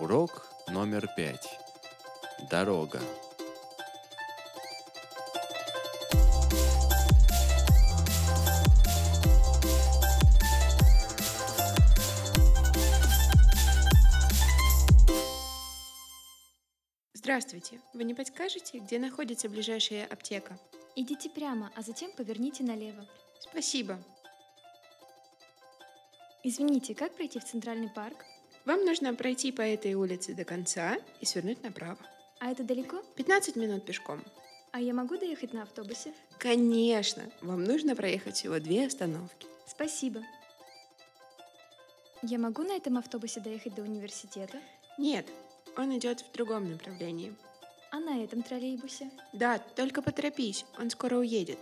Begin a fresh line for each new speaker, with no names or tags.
Урок номер пять. Дорога.
Здравствуйте. Вы не подскажете, где находится ближайшая аптека?
Идите прямо, а затем поверните налево.
Спасибо.
Извините, как пройти в Центральный парк?
Вам нужно пройти по этой улице до конца и свернуть направо.
А это далеко?
15 минут пешком.
А я могу доехать на автобусе?
Конечно, вам нужно проехать всего две остановки.
Спасибо. Я могу на этом автобусе доехать до университета?
Нет, он идет в другом направлении.
А на этом троллейбусе?
Да, только поторопись, он скоро уедет.